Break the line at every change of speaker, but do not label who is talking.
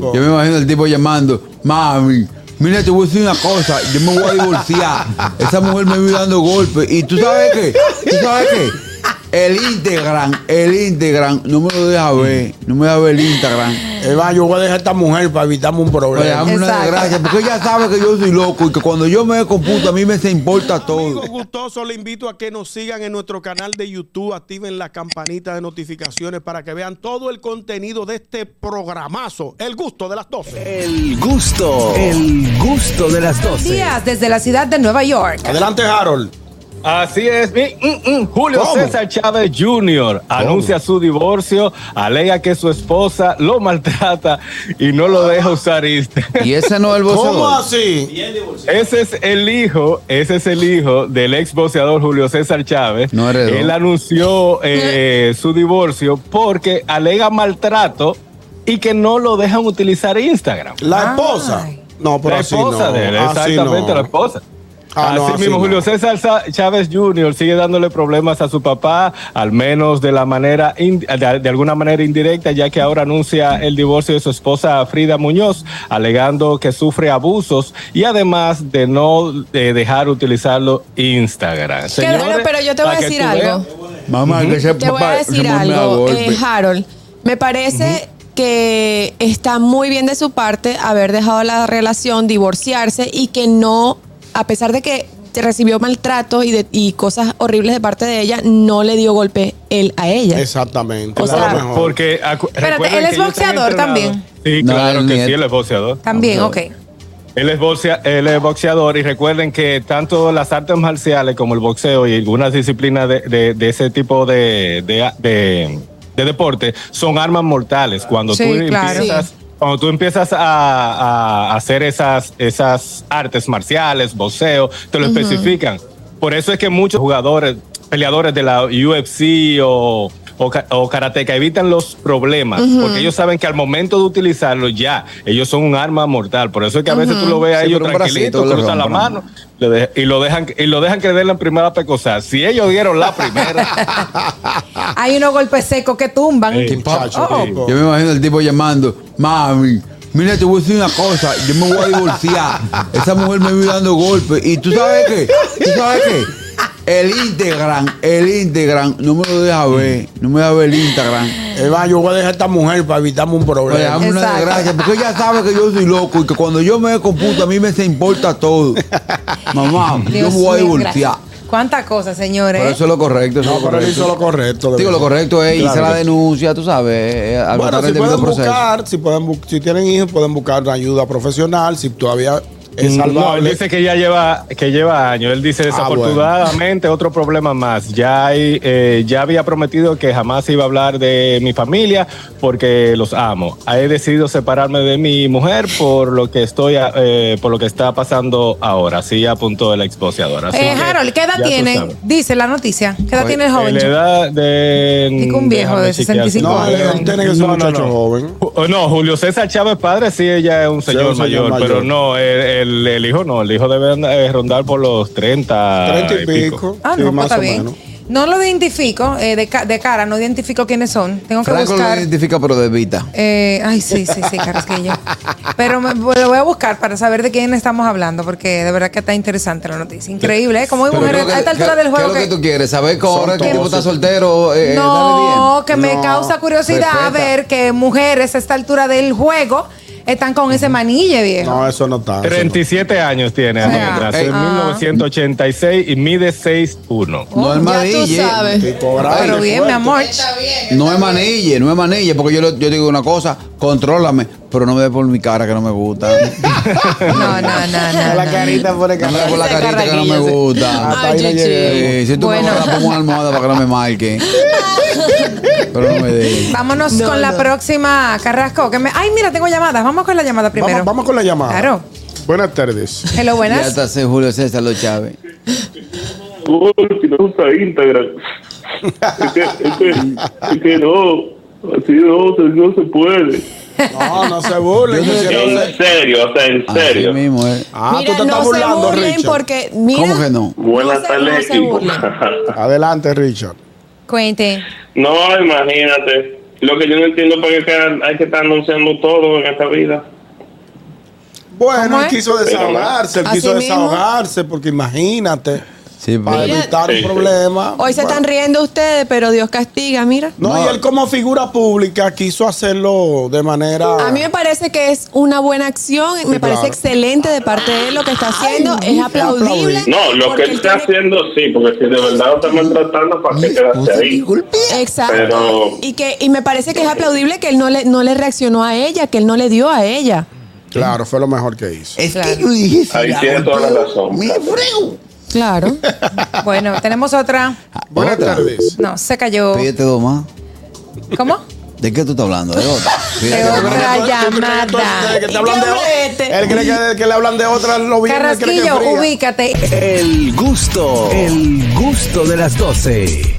domingo.
Yo me imagino al tipo llamando, mami, mira, te voy a decir una cosa, yo me voy a divorciar. Esa mujer me vive dando golpes. Y tú sabes qué, tú sabes qué. El Instagram, el Instagram, no me lo deja ver, no me deja ver el Instagram.
Él va, yo voy a dejar a esta mujer para evitarme un
Oye,
problema.
dame una
Exacto.
desgracia, porque ella sabe que yo soy loco y que cuando yo me computo a mí me se importa todo.
Amigos gustosos, le invito a que nos sigan en nuestro canal de YouTube, activen la campanita de notificaciones para que vean todo el contenido de este programazo, El Gusto de las 12.
El gusto, el gusto de las 12.
Díaz desde la ciudad de Nueva York.
Adelante, Harold.
Así es, mi mm, mm, Julio
¿Cómo?
César Chávez Jr. anuncia su divorcio, alega que su esposa lo maltrata y no lo deja usar Instagram.
Y ese no es el
¿Cómo
voceador.
así?
Ese es el hijo, ese es el hijo del ex boxeador Julio César Chávez.
No heredó.
Él anunció eh, su divorcio porque alega maltrato y que no lo dejan utilizar Instagram.
La esposa.
Ay.
No, pero
la
así
esposa
no.
de él,
Así
exactamente,
no.
la esposa.
Ah,
así
no, así
mismo,
no.
Julio César Sa- Chávez Jr. sigue dándole problemas a su papá, al menos de la manera in- de, de alguna manera indirecta, ya que ahora anuncia el divorcio de su esposa Frida Muñoz, alegando que sufre abusos y además de no eh, dejar utilizarlo Instagram.
Qué
Señores,
bueno, pero yo te voy a
para que
decir
tú
algo.
veas-
Mamá, que ese
Te voy a
papá se
decir
manda a
algo,
golpe.
eh, Harold. Me parece que está muy bien de su parte haber dejado la relación, divorciarse y que no, a pesar de que recibió maltrato y, de- y cosas horribles de parte de ella, no le dio golpe él a ella.
Exactamente.
O
la
sea,
mejor.
Porque acu-
Espérate,
recuerden
él es
que ellos están
boxeador
entrenados.
también.
Sí,
No,
claro
él
que
ni
sí,
es.
él es boxeador.
También, ok.
Él es, boxea- él es boxeador y recuerden que tanto las artes marciales como el boxeo y algunas disciplinas de, de- de ese tipo de, de, de- de deporte son armas mortales. Cuando
Sí,
tú
claro.
empiezas, cuando tú empiezas a, a hacer esas, esas artes marciales, boxeo, te lo especifican. Por eso es que muchos jugadores, peleadores de la UFC o, o, ka- o karateca evitan los problemas, porque ellos saben que al momento de utilizarlo ya, ellos son un arma mortal. Por eso es que a veces tú lo ves a
Sí,
ellos
pero un bracito
tranquilitos,
le
cruzan la
rompen.
mano le de- y, lo dejan, y lo dejan que le den la primera pecosada. Si ellos dieron la primera,
Hay unos golpes secos que tumban.
Ah. Ey.
Muchacho,
Oh.
tipo.
Yo me imagino al tipo llamando, mami, mira, te voy a decir una cosa, yo me voy a divorciar. Esa mujer me vive dando golpes. Y tú sabes qué, tú sabes qué. El Instagram, el Instagram, no me lo deja ver, no me deja ver el Instagram.
Él va, yo voy a dejar a esta mujer para evitarme un
Oye,
problema.
dame una
Exacto.
desgracia, porque ella sabe que yo soy loco y que cuando yo me computo a mí me se importa todo. Mamá, yo
Dios
me voy a
mío,
divorciar.
gracias. Cuántas cosas, señores.
Pero eso es lo correcto, eso
No,
es lo
pero él hizo
correcto.
lo correcto. de
Digo, lo
verdad.
correcto es hice
Claro
la
que sí.
denuncia, tú sabes, eh, al
Bueno,
tratar
si
el debido
pueden
proceso.
buscar, si, pueden bu- si tienen hijos, pueden buscar una ayuda profesional, si todavía es
no, él
salvable. Ah,
dice que ya lleva, que lleva años. Él dice desafortunadamente otro problema más. Ya, hay, eh, ya había prometido que jamás iba a hablar de mi familia porque los amo. He decidido separarme de mi mujer por lo que estoy, eh, por lo que está pasando ahora. Así apuntó el ex boxeador. Así
Eh,
que
Harold, ¿qué edad
Ah, ya tú
tiene?
sabes.
Dice la noticia. ¿Qué edad
Oye,
tiene el joven?
Eh, La edad de.
Dijo un viejo
déjame
de 65
no,
chequear.
él, él tiene que ser
No,
un
no,
muchacho
no.
joven.
Ju- Oh, No, Julio César Chávez padre sí, ella es un
es
señor,
un señor
mayor,
mayor.
pero no, el, el- el hijo no, el hijo debe andar- eh, rondar por los 30,
30 y pico.
Ah,
sí,
no, pues
más
está
o
bien.
menos.
No lo identifico eh, de, ca- de cara, no identifico quiénes son. Tengo que
Franco
buscar.
lo identifica, pero de Vita.
eh, ay, sí, sí, sí, Carrasquillo. Pero me- lo voy a buscar para saber de quién estamos hablando, porque de verdad que está interesante la noticia. Increíble, ¿eh? Como hay
Pero
mujeres
creo que-
a esta altura
¿qué-
del juego
¿Qué es lo que tú quieres? ¿Saber cómo
Son
ahora el tipo
todos.
está soltero? Eh,
No, que me
No,
causa curiosidad
respeta.
ver que mujeres a esta altura del juego están con ese manille, viejo.
No, eso no está. eso no.
37 años tiene,
O sea,
Alejandra,
eh,
es
ah.
1986 y mide 6'1".
No es
ya tú
manille. eh.
sabes.
Tipo grande,
Pero bien, mi
fuerte.
amor.
No es manille, no es manille, porque yo, le- yo digo una cosa, contrólame, pero no me dé por mi cara que no me gusta.
No, no, no, no.
La
no.
carita por el
No me dé por la
Ese
carita que no me
carraquillo, sí.
gusta.
Hasta Ah, ahí no llegué.
Ay, chichi.
Eh, si tú
Bueno.
me vas a poner una almohada para que no me marque. Pero no me dé.
Vámonos
No,
con la
no.
próxima, Carrasco. Que me... Ay, mira, tengo llamadas. Vamos con la llamada primero.
Vamos, vamos con la llamada.
Claro.
Buenas tardes.
Hello,
Ya
buenas.
está ese Julio César Los Chávez.
Uy, que no usa Instagram. es, que, es, que, es que no, así no, se- no se puede.
No, no se burlen.
Yo
quisiera
sé-
hacer-
En serio, o sea, en
Así
serio.
mismo, ¿eh?
Ah, tú
mira,
te
no
estás
se
burlando,
burlen
Richard.
porque mira,
¿Cómo que no?
No
Buenas
se- no
tardes,
se
equipo.
burlen.
Adelante, Richard.
Cuente.
no, imagínate. Lo que yo no entiendo es por qué que hay que estar anunciando todo en esta vida.
Bueno,
¿Cómo
él
es?
quiso desahogarse, él
Así
quiso
mismo.
desahogarse, porque imagínate,
Sí,
para
pero-
evitar un
Sí.
problema.
Hoy se
bueno.
están riendo ustedes, pero Dios castiga, mira.
No, y él como figura pública quiso hacerlo de manera...
A mí me parece que es una buena acción, me parece
claro.
excelente de parte de él lo que está haciendo, es aplaudible.
No, lo
porque
que él está
tiene-
haciendo sí, porque si de verdad lo está maltratando, ¿para qué quedarse ahí?
Exacto.
Pero-
Y que y me parece que es aplaudible que él no le no le reaccionó a ella, que él no le dio a ella.
Claro, fue lo mejor que hizo.
Es
Claro.
que yo dije si
Ahí
la
tiene toda la
golpeo,
razón.
Me frego.
Claro.
Bueno, tenemos otra.
Buenas
Otra.
tardes.
No, se cayó.
Pídete dos más.
¿Cómo?
¿De qué tú estás hablando? De otra. Pídete
De
dos más.
otra.
¿Tú crees que tú eres
llamada.
de que te hablan de
Este.
otra? Él cree que, que le hablan de otra, lo viene, él cree que
Carrasquillo,
fría.
ubícate.
El gusto, el gusto de las doce.